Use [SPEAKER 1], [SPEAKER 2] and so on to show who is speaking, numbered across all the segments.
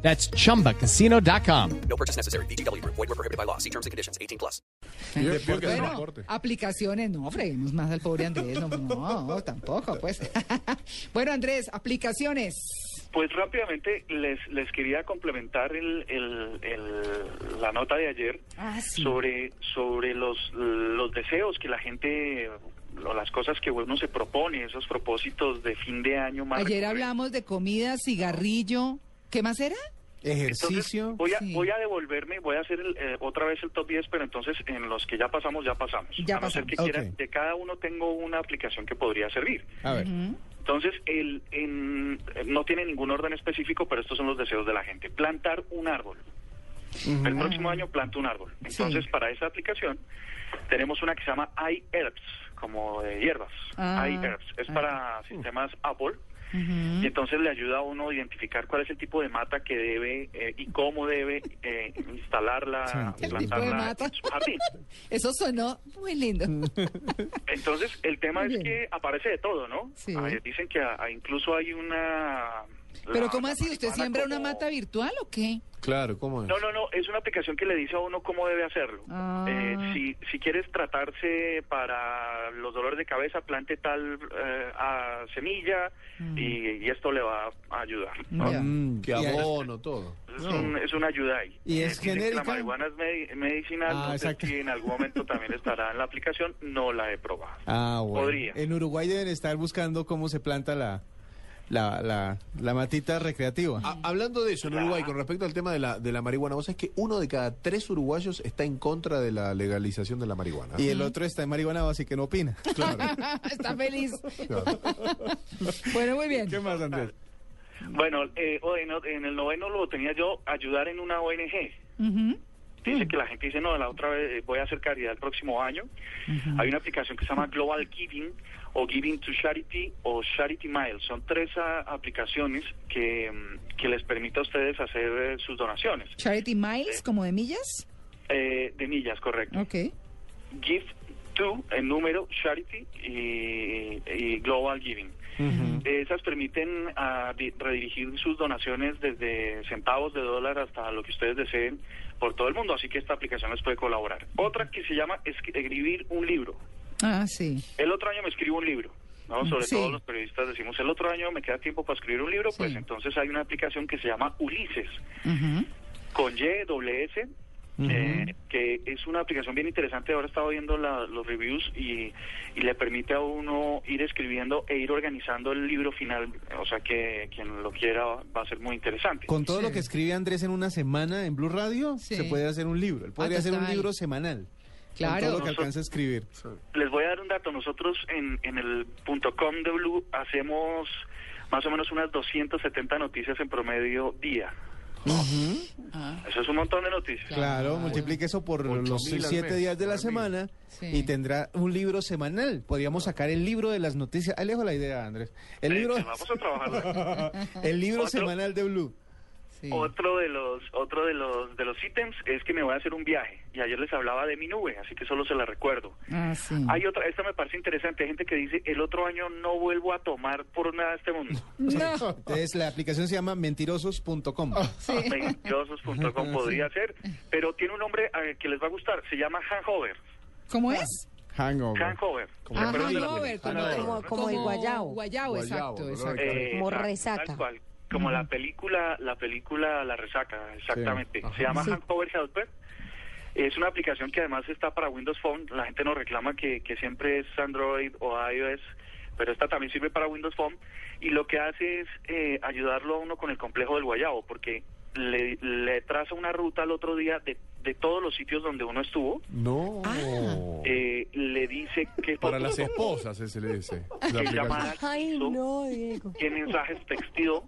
[SPEAKER 1] That's chumbacasino.com.
[SPEAKER 2] No purchase necessary. BGW. Void were prohibited by law. See terms and conditions. 18 plus.
[SPEAKER 3] Yo creo que es un
[SPEAKER 4] Bueno,
[SPEAKER 3] aporte.
[SPEAKER 4] aplicaciones, no, freguemos más al pobre Andrés, no, no, tampoco, pues. bueno, Andrés, aplicaciones.
[SPEAKER 5] Pues rápidamente les, les quería complementar el, el- el- la nota de ayer
[SPEAKER 4] Ah, sí.
[SPEAKER 5] sobre, sobre los, los deseos que la gente o las cosas que uno se propone, esos propósitos de fin de año más.
[SPEAKER 4] Ayer
[SPEAKER 5] recurrentes.
[SPEAKER 4] hablamos de comida, cigarrillo, ¿qué más era?
[SPEAKER 5] Entonces,
[SPEAKER 3] Ejercicio.
[SPEAKER 5] voy, a,
[SPEAKER 4] Sí.
[SPEAKER 5] voy a devolverme, voy a hacer el, eh, otra vez el top 10, pero entonces en los que ya pasamos, ya pasamos.
[SPEAKER 4] Ya
[SPEAKER 5] a no ser
[SPEAKER 4] pasamos.
[SPEAKER 5] que quieran,
[SPEAKER 3] Ok.
[SPEAKER 5] de cada uno tengo una aplicación que podría servir.
[SPEAKER 3] A ver.
[SPEAKER 5] Entonces, el, en- no tiene ningún orden específico, pero estos son los deseos de la gente. Plantar un árbol. El próximo año planto un árbol. Entonces, para esa aplicación tenemos una que se llama iHerbs, como de hierbas.
[SPEAKER 4] Ah, uh.
[SPEAKER 5] iHerbs. Es para sistemas Apple. Y entonces le ayuda a uno a identificar cuál es el tipo de mata que debe eh, y cómo debe eh, instalarla,
[SPEAKER 3] Sí, el
[SPEAKER 4] tipo de
[SPEAKER 5] plantarla
[SPEAKER 4] mata.
[SPEAKER 5] en su jardín.
[SPEAKER 4] Eso sonó muy lindo.
[SPEAKER 5] Entonces, el tema
[SPEAKER 4] Muy bien.
[SPEAKER 5] es que aparece de todo, ¿no?
[SPEAKER 4] Sí.
[SPEAKER 5] Ah, dicen que ah, ah, incluso hay una...
[SPEAKER 4] Pero
[SPEAKER 5] la-
[SPEAKER 4] ¿cómo
[SPEAKER 5] la
[SPEAKER 4] así? ¿Usted
[SPEAKER 5] marihuana
[SPEAKER 4] siembra
[SPEAKER 5] como-
[SPEAKER 4] una mata virtual o qué?
[SPEAKER 3] Claro, ¿cómo es?
[SPEAKER 5] No, no, no, es una aplicación que le dice a uno cómo debe hacerlo.
[SPEAKER 4] Ah.
[SPEAKER 5] Eh, si, si quieres tratarse para los dolores de cabeza, plante tal eh, ah, semilla
[SPEAKER 4] Mm.
[SPEAKER 5] y, y esto le va a ayudar. ¿no?
[SPEAKER 6] Ah,
[SPEAKER 4] Ya.
[SPEAKER 3] Mm, que
[SPEAKER 7] Y ahí-
[SPEAKER 3] abono, todo.
[SPEAKER 5] Es, un- es una ayuda ahí. Eh,
[SPEAKER 7] ¿Y es
[SPEAKER 5] dicen que
[SPEAKER 7] genérica?
[SPEAKER 5] La marihuana es medi- medicinal,
[SPEAKER 7] Ah,
[SPEAKER 5] entonces
[SPEAKER 7] exacto.
[SPEAKER 5] si en algún momento también estará en la aplicación, no la he probado.
[SPEAKER 7] Ah, bueno.
[SPEAKER 5] Podría.
[SPEAKER 7] En Uruguay deben estar buscando cómo se planta la, la, la, la matita recreativa.
[SPEAKER 3] Ah, hablando de eso en
[SPEAKER 5] Claro.
[SPEAKER 3] Uruguay, con respecto al tema de la, de la marihuana, vos sabés que uno de cada tres uruguayos está en contra de la legalización de la marihuana.
[SPEAKER 7] Y el otro está en marihuana, así que no opina.
[SPEAKER 3] Claro.
[SPEAKER 4] Está feliz.
[SPEAKER 3] claro.
[SPEAKER 4] Bueno, muy bien.
[SPEAKER 7] ¿Qué más, Andrés?
[SPEAKER 5] Bueno, eh, o en, en el noveno lo tenía yo ayudar en una ONG.
[SPEAKER 4] Ujú.
[SPEAKER 5] Dice que la gente dice, no, la otra vez eh, voy a hacer caridad el próximo año. Hay una aplicación que se llama Global Giving o Giving to Charity o Charity Miles. Son tres ah, aplicaciones que, mm, que les permite a ustedes hacer eh, sus donaciones.
[SPEAKER 4] Charity Miles, como de millas.
[SPEAKER 5] Eh, de millas, correcto.
[SPEAKER 4] Ok.
[SPEAKER 5] Give to, el número, Charity y, y Global Giving. Esas permiten ah, di- redirigir sus donaciones desde centavos de dólar hasta lo que ustedes deseen por todo el mundo, así que esta aplicación les puede colaborar. Otra que se llama escri- escribir un libro.
[SPEAKER 4] Ah, sí.
[SPEAKER 5] El otro año me escribo un libro. ¿no? Sobre
[SPEAKER 4] Sí.
[SPEAKER 5] todo los periodistas decimos, el otro año me queda tiempo para escribir un libro, pues entonces hay una aplicación que se llama Ulises,
[SPEAKER 4] Ujú.
[SPEAKER 5] con Y, doble S, eh, que es una aplicación bien interesante. Ahora estaba viendo la- los reviews y, y le permite a uno ir escribiendo e ir organizando el libro final. O sea que quien lo quiera va a ser muy
[SPEAKER 3] Eh,
[SPEAKER 5] interesante.
[SPEAKER 7] Con todo
[SPEAKER 4] Sí.
[SPEAKER 7] lo que escribe Andrés en una semana en Blue Radio,
[SPEAKER 4] Sí.
[SPEAKER 7] se puede hacer un libro. Él podría hacer un
[SPEAKER 4] total.
[SPEAKER 7] libro semanal.
[SPEAKER 4] Claro.
[SPEAKER 7] Con todo lo que alcanza a escribir.
[SPEAKER 5] Les voy a dar un dato. Nosotros en, en el punto .com de Blue hacemos más o menos unas 270 noticias en promedio día. Eso es un montón de noticias.
[SPEAKER 7] Claro, multiplique eso por
[SPEAKER 3] Ocho
[SPEAKER 7] los
[SPEAKER 3] mil al
[SPEAKER 7] siete
[SPEAKER 3] mes,
[SPEAKER 7] días de la
[SPEAKER 3] por mil.
[SPEAKER 7] semana
[SPEAKER 4] Sí.
[SPEAKER 7] y tendrá un libro semanal. Podríamos sacar el libro de las noticias. Alejo la idea, Andrés. El
[SPEAKER 5] Eh,
[SPEAKER 7] libro,
[SPEAKER 5] que vamos a trabajar.
[SPEAKER 7] el libro
[SPEAKER 5] Otro.
[SPEAKER 7] semanal de Blue.
[SPEAKER 4] Sí.
[SPEAKER 5] Otro de los otro de los de los ítems es que me voy a hacer un viaje y ayer les hablaba de mi nube, así que solo se la recuerdo.
[SPEAKER 4] Ah, sí.
[SPEAKER 5] Hay otra, esta me parece interesante, hay gente que dice, "El otro año no vuelvo a tomar por nada este mundo."
[SPEAKER 4] No.
[SPEAKER 7] Entonces la aplicación se llama mentirosos.com.
[SPEAKER 6] Ah,
[SPEAKER 5] Ah,
[SPEAKER 4] Sí.
[SPEAKER 5] Mentirosos.com podría ser, pero tiene un nombre eh, que les va a gustar, se llama Hangover.
[SPEAKER 4] ¿Cómo es?
[SPEAKER 7] Hangover.
[SPEAKER 5] Hangover.
[SPEAKER 3] Como
[SPEAKER 5] ¿Se
[SPEAKER 4] Ah,
[SPEAKER 5] acuerdan de la
[SPEAKER 4] hangover,
[SPEAKER 5] película?
[SPEAKER 4] como,
[SPEAKER 3] Ah,
[SPEAKER 4] como,
[SPEAKER 3] no.
[SPEAKER 6] Como el guayabo.
[SPEAKER 4] Guayabo,
[SPEAKER 3] Guayabo,
[SPEAKER 4] exacto,
[SPEAKER 3] ¿no?
[SPEAKER 4] exacto.
[SPEAKER 5] Eh,
[SPEAKER 6] Como
[SPEAKER 5] tal-
[SPEAKER 6] resaca.
[SPEAKER 5] tal cual, como la película, la película La Resaca, exactamente. Se llama Hangover Helper. Es una aplicación que además está para Windows Phone. La gente nos reclama que, que siempre es Android o iOS, pero esta también sirve para Windows Phone. Y lo que hace es eh, ayudarlo a uno con el complejo del guayabo, porque le, le traza una ruta al otro día de de todos los sitios donde uno estuvo,
[SPEAKER 3] No.
[SPEAKER 7] Ah.
[SPEAKER 5] eh, le dice que
[SPEAKER 6] Oh. Para las esposas, ese le dice. La
[SPEAKER 5] que
[SPEAKER 6] aplicación.
[SPEAKER 5] llamada hizo, qué mensajes textió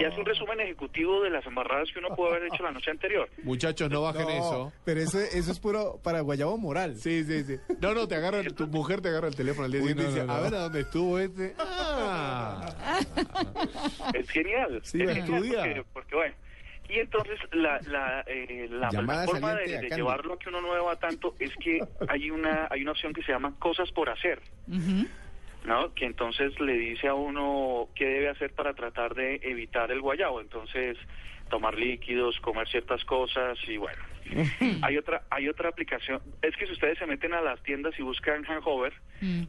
[SPEAKER 5] y hace un resumen ejecutivo de las embarradas que uno pudo haber hecho la noche anterior.
[SPEAKER 6] Muchachos, no bajen
[SPEAKER 7] No,
[SPEAKER 6] eso.
[SPEAKER 7] Pero eso, eso es puro para Guayabo Moral.
[SPEAKER 6] Sí, sí, sí. No, no, te agarra, tu mujer te agarra el teléfono al día
[SPEAKER 7] Uy,
[SPEAKER 6] siguiente
[SPEAKER 7] no,
[SPEAKER 6] y dice,
[SPEAKER 7] no,
[SPEAKER 6] a
[SPEAKER 7] no.
[SPEAKER 6] ver a dónde estuvo este. Ah,
[SPEAKER 5] Es genial.
[SPEAKER 6] Sí,
[SPEAKER 5] es
[SPEAKER 6] va a
[SPEAKER 5] genial
[SPEAKER 6] estudiar.
[SPEAKER 5] Porque, porque, bueno. Y entonces la, la, eh, la-
[SPEAKER 7] Llamada
[SPEAKER 5] la forma de,
[SPEAKER 7] saliente de
[SPEAKER 5] de
[SPEAKER 7] Acandi.
[SPEAKER 5] llevarlo a que uno no beba tanto es que hay una hay una opción que se llama cosas por hacer, ¿no? Que entonces le dice a uno qué debe hacer para tratar de evitar el guayabo. Entonces tomar líquidos, comer ciertas cosas y bueno. Hay otra hay otra aplicación. Es que si ustedes se meten a las tiendas y buscan hangover,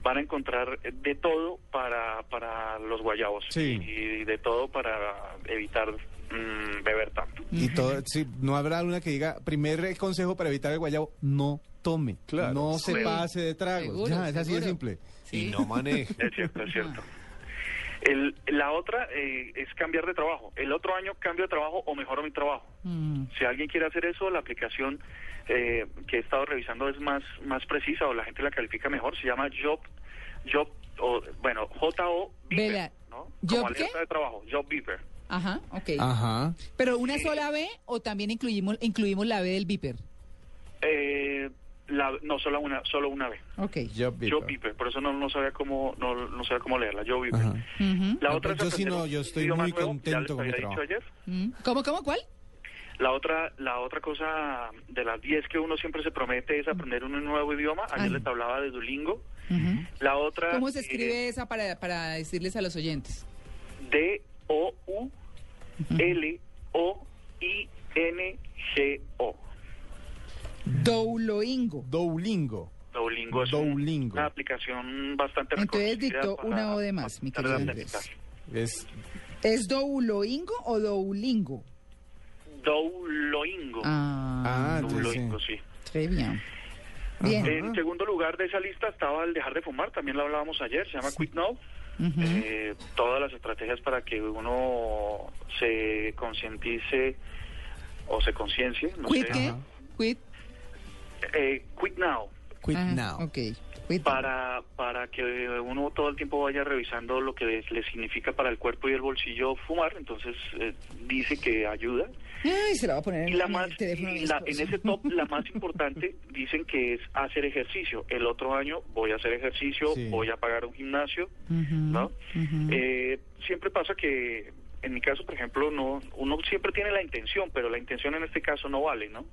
[SPEAKER 5] van a encontrar de todo para, para los guayabos
[SPEAKER 7] Sí.
[SPEAKER 5] y de todo para evitar mm, beber tanto.
[SPEAKER 7] Y todo, sí, no habrá una que diga, primer consejo para evitar el guayabo, no tome.
[SPEAKER 6] Claro.
[SPEAKER 7] No se
[SPEAKER 5] Sí.
[SPEAKER 7] pase de tragos.
[SPEAKER 4] Seguro,
[SPEAKER 7] ya, es así de
[SPEAKER 4] seguro.
[SPEAKER 7] simple.
[SPEAKER 3] Y no maneje.
[SPEAKER 5] Es cierto, es cierto. El- la otra eh, es cambiar de trabajo. El otro año cambio de trabajo o mejoro mi trabajo.
[SPEAKER 7] Mm.
[SPEAKER 5] Si alguien quiere hacer eso, la aplicación eh, que he estado revisando es más, más precisa o la gente la califica mejor. Se llama Job, Job o, bueno, J-O Beeper,
[SPEAKER 4] Vela.
[SPEAKER 5] ¿no?
[SPEAKER 4] ¿Job
[SPEAKER 5] Como
[SPEAKER 4] qué?
[SPEAKER 5] alerta de trabajo, Job Beeper.
[SPEAKER 4] Ajá, ok.
[SPEAKER 7] Ajá.
[SPEAKER 4] Pero una sola B o también incluimos, incluimos la B del Viper.
[SPEAKER 5] Eh, la- no, solo una, solo una vez.
[SPEAKER 4] Ok.
[SPEAKER 7] Yo,
[SPEAKER 5] Joe Piper, por eso no, no sabía cómo no, no sabía cómo leerla, Joe Piper.
[SPEAKER 7] Ajá.
[SPEAKER 4] Ujú.
[SPEAKER 5] La otra es
[SPEAKER 7] Ah, pues Yo sí
[SPEAKER 5] aprender
[SPEAKER 7] no,
[SPEAKER 5] un
[SPEAKER 7] yo estoy
[SPEAKER 5] idioma
[SPEAKER 7] muy
[SPEAKER 5] nuevo, ya les
[SPEAKER 7] contento con mi
[SPEAKER 5] había dicho
[SPEAKER 7] trabajo.
[SPEAKER 5] ayer.
[SPEAKER 4] Mm. ¿Cómo, cómo, cuál?
[SPEAKER 5] La otra la otra cosa de las 10 que uno siempre se promete es aprender un nuevo idioma. Ayer
[SPEAKER 4] Ay.
[SPEAKER 5] les hablaba de Duolingo.
[SPEAKER 4] Ujú.
[SPEAKER 5] La otra
[SPEAKER 4] ¿Cómo se
[SPEAKER 5] es
[SPEAKER 4] escribe esa para, para decirles a los oyentes?
[SPEAKER 5] D O U L O I N G O.
[SPEAKER 4] Douloingo.
[SPEAKER 7] Doulingo.
[SPEAKER 5] Duolingo es
[SPEAKER 7] Duolingo.
[SPEAKER 5] una aplicación bastante
[SPEAKER 4] Entonces
[SPEAKER 5] reconocida
[SPEAKER 4] dictó
[SPEAKER 5] para-
[SPEAKER 4] una O de más, mi
[SPEAKER 5] para
[SPEAKER 4] querido
[SPEAKER 5] aprender.
[SPEAKER 4] Andrés.
[SPEAKER 7] Es
[SPEAKER 4] ¿Es douloingo o doulingo?
[SPEAKER 5] Duolingo.
[SPEAKER 4] Ah,
[SPEAKER 7] Ah, ya sé.
[SPEAKER 5] Duolingo, sí.
[SPEAKER 4] très bien. Bien.
[SPEAKER 5] En segundo lugar de esa lista estaba el dejar de fumar, también lo hablábamos ayer, se llama Quit Now. Eh, todas las estrategias para que uno se concientice o se conciencie. No
[SPEAKER 4] ¿Quit
[SPEAKER 5] sé.
[SPEAKER 4] qué? ¿Quit?
[SPEAKER 5] Eh, quit Now,
[SPEAKER 7] Quit
[SPEAKER 4] ah,
[SPEAKER 7] now.
[SPEAKER 4] Ok. Quit.
[SPEAKER 5] para, para que uno todo el tiempo vaya revisando lo que le- le significa para el cuerpo y el bolsillo fumar, entonces eh, dice que ayuda.
[SPEAKER 4] Ay, se la va a poner
[SPEAKER 5] Y
[SPEAKER 4] en,
[SPEAKER 5] la
[SPEAKER 4] en
[SPEAKER 5] más,
[SPEAKER 4] el teléfono. de mi
[SPEAKER 5] y la- en
[SPEAKER 4] esposo.
[SPEAKER 5] ese top, la más importante dicen que es hacer ejercicio. El otro año voy a hacer ejercicio,
[SPEAKER 7] Sí.
[SPEAKER 5] voy a pagar un gimnasio, ¿no? Eh, siempre pasa que, en mi caso, por ejemplo, no, uno siempre tiene la intención, pero la intención en este caso no vale, ¿no?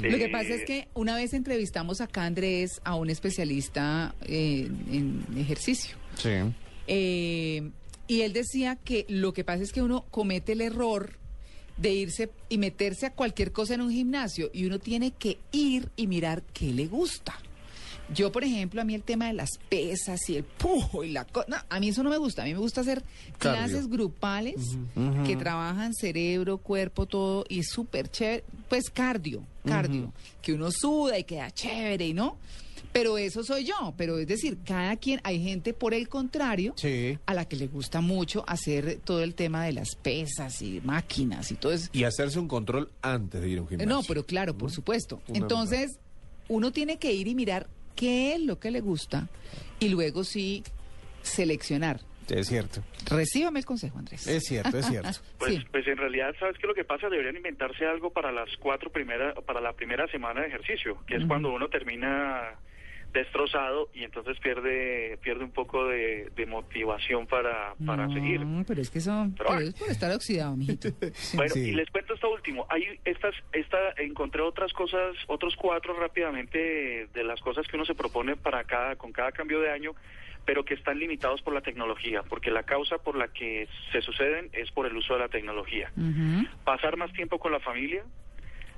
[SPEAKER 4] Lo que
[SPEAKER 5] Eh,
[SPEAKER 4] pasa es que una vez entrevistamos acá, Andrés, a un especialista eh, en ejercicio.
[SPEAKER 7] Sí.
[SPEAKER 4] Eh, y él decía que lo que pasa es que uno comete el error de irse y meterse a cualquier cosa en un gimnasio y uno tiene que ir y mirar qué le gusta. Yo, por ejemplo, a mí el tema de las pesas y el pujo y la cosa, a mí eso no me gusta. A mí me gusta hacer
[SPEAKER 7] Cardio.
[SPEAKER 4] clases grupales que trabajan cerebro, cuerpo, todo y es súper chévere. Pues cardio, cardio, que uno suda y queda chévere, ¿no? Pero eso soy yo. Pero es decir, cada quien, hay gente por el contrario
[SPEAKER 7] Sí.
[SPEAKER 4] a la que le gusta mucho hacer todo el tema de las pesas y máquinas y todo eso.
[SPEAKER 6] Y hacerse un control antes de ir a
[SPEAKER 7] Eh,
[SPEAKER 6] un gimnasio.
[SPEAKER 4] No, pero claro, por supuesto.
[SPEAKER 6] Fundamental.
[SPEAKER 4] Entonces, uno tiene que ir y mirar qué es lo que le gusta y luego sí seleccionar.
[SPEAKER 7] Es cierto.
[SPEAKER 4] Recíbame el consejo, Andrés. Ah,
[SPEAKER 7] Es cierto, es cierto.
[SPEAKER 5] Pues,
[SPEAKER 4] Sí.
[SPEAKER 5] pues en realidad, ¿sabes qué lo que pasa? Deberían inventarse algo para las cuatro primeras, para la primera semana de ejercicio, que es cuando uno termina destrozado y entonces pierde, pierde un poco de, de motivación para, para
[SPEAKER 4] No,
[SPEAKER 5] seguir.
[SPEAKER 4] Pero es que eso
[SPEAKER 5] Pero
[SPEAKER 4] pero
[SPEAKER 5] bueno.
[SPEAKER 4] es por estar oxidado, mijito. Sí.
[SPEAKER 5] Bueno,
[SPEAKER 7] Sí.
[SPEAKER 5] y les cuento esto último. Hay estas, esta, encontré otras cosas, otros cuatro rápidamente de, de las cosas que uno se propone para cada, con cada cambio de año, pero que están limitados por la tecnología, porque la causa por la que se suceden es por el uso de la tecnología.
[SPEAKER 4] Ujú.
[SPEAKER 5] Pasar más tiempo con la familia,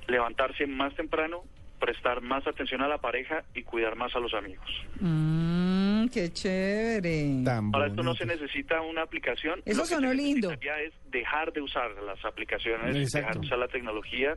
[SPEAKER 5] levantarse más temprano, prestar más atención a la pareja y cuidar más a los amigos.
[SPEAKER 4] Mm, qué chévere.
[SPEAKER 7] Tan
[SPEAKER 5] Para esto no se
[SPEAKER 7] bonito.
[SPEAKER 5] necesita una aplicación.
[SPEAKER 4] Eso
[SPEAKER 5] lo que
[SPEAKER 4] sonó
[SPEAKER 5] se
[SPEAKER 4] lindo.
[SPEAKER 5] necesitaría es dejar de usar las aplicaciones,
[SPEAKER 7] Exacto.
[SPEAKER 5] dejar de usar la tecnología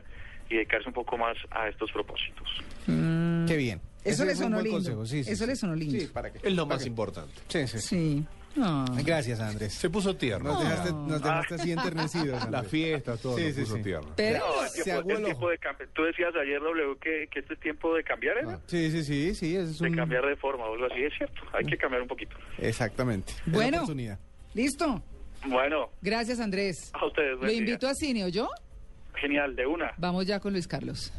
[SPEAKER 5] y dedicarse un poco más a estos propósitos.
[SPEAKER 4] Mm.
[SPEAKER 7] Qué bien.
[SPEAKER 4] Eso
[SPEAKER 7] Ese
[SPEAKER 4] le
[SPEAKER 7] fue un
[SPEAKER 4] sonó
[SPEAKER 7] buen
[SPEAKER 4] lindo.
[SPEAKER 7] consejo, sí, sí,
[SPEAKER 4] Eso
[SPEAKER 7] sí.
[SPEAKER 4] le sonó lindo.
[SPEAKER 7] Sí, para qué.
[SPEAKER 6] Es lo
[SPEAKER 7] ¿Para
[SPEAKER 6] más
[SPEAKER 7] qué?
[SPEAKER 6] importante.
[SPEAKER 7] Sí, sí, sí.
[SPEAKER 4] Sí. No.
[SPEAKER 7] Gracias, Andrés.
[SPEAKER 6] Se puso tierno.
[SPEAKER 7] Nos dejaste, nos dejaste así enternecidos.
[SPEAKER 6] La
[SPEAKER 7] Andrés.
[SPEAKER 6] fiesta, todo
[SPEAKER 7] Sí,
[SPEAKER 6] se
[SPEAKER 7] sí,
[SPEAKER 6] puso
[SPEAKER 7] sí.
[SPEAKER 6] tierno.
[SPEAKER 4] Pero
[SPEAKER 5] No, el
[SPEAKER 7] Se
[SPEAKER 5] tiempo,
[SPEAKER 7] aguó
[SPEAKER 5] el
[SPEAKER 7] el
[SPEAKER 5] tiempo
[SPEAKER 7] ojo.
[SPEAKER 5] de cambiar. Tú decías ayer, W, que, que este tiempo de cambiar era.
[SPEAKER 7] Sí, sí, sí, sí, ese es
[SPEAKER 5] De
[SPEAKER 7] un...
[SPEAKER 5] cambiar de forma o algo así. Es cierto, hay que cambiar un poquito.
[SPEAKER 7] Exactamente. es la
[SPEAKER 4] Bueno.
[SPEAKER 7] oportunidad.
[SPEAKER 4] ¿Listo?
[SPEAKER 5] Bueno,
[SPEAKER 4] Gracias, Andrés.
[SPEAKER 5] a ustedes. buen
[SPEAKER 4] Lo
[SPEAKER 5] día.
[SPEAKER 4] invito a cine, ¿oyó?
[SPEAKER 5] Genial, de una.
[SPEAKER 4] Vamos ya con Luis Carlos.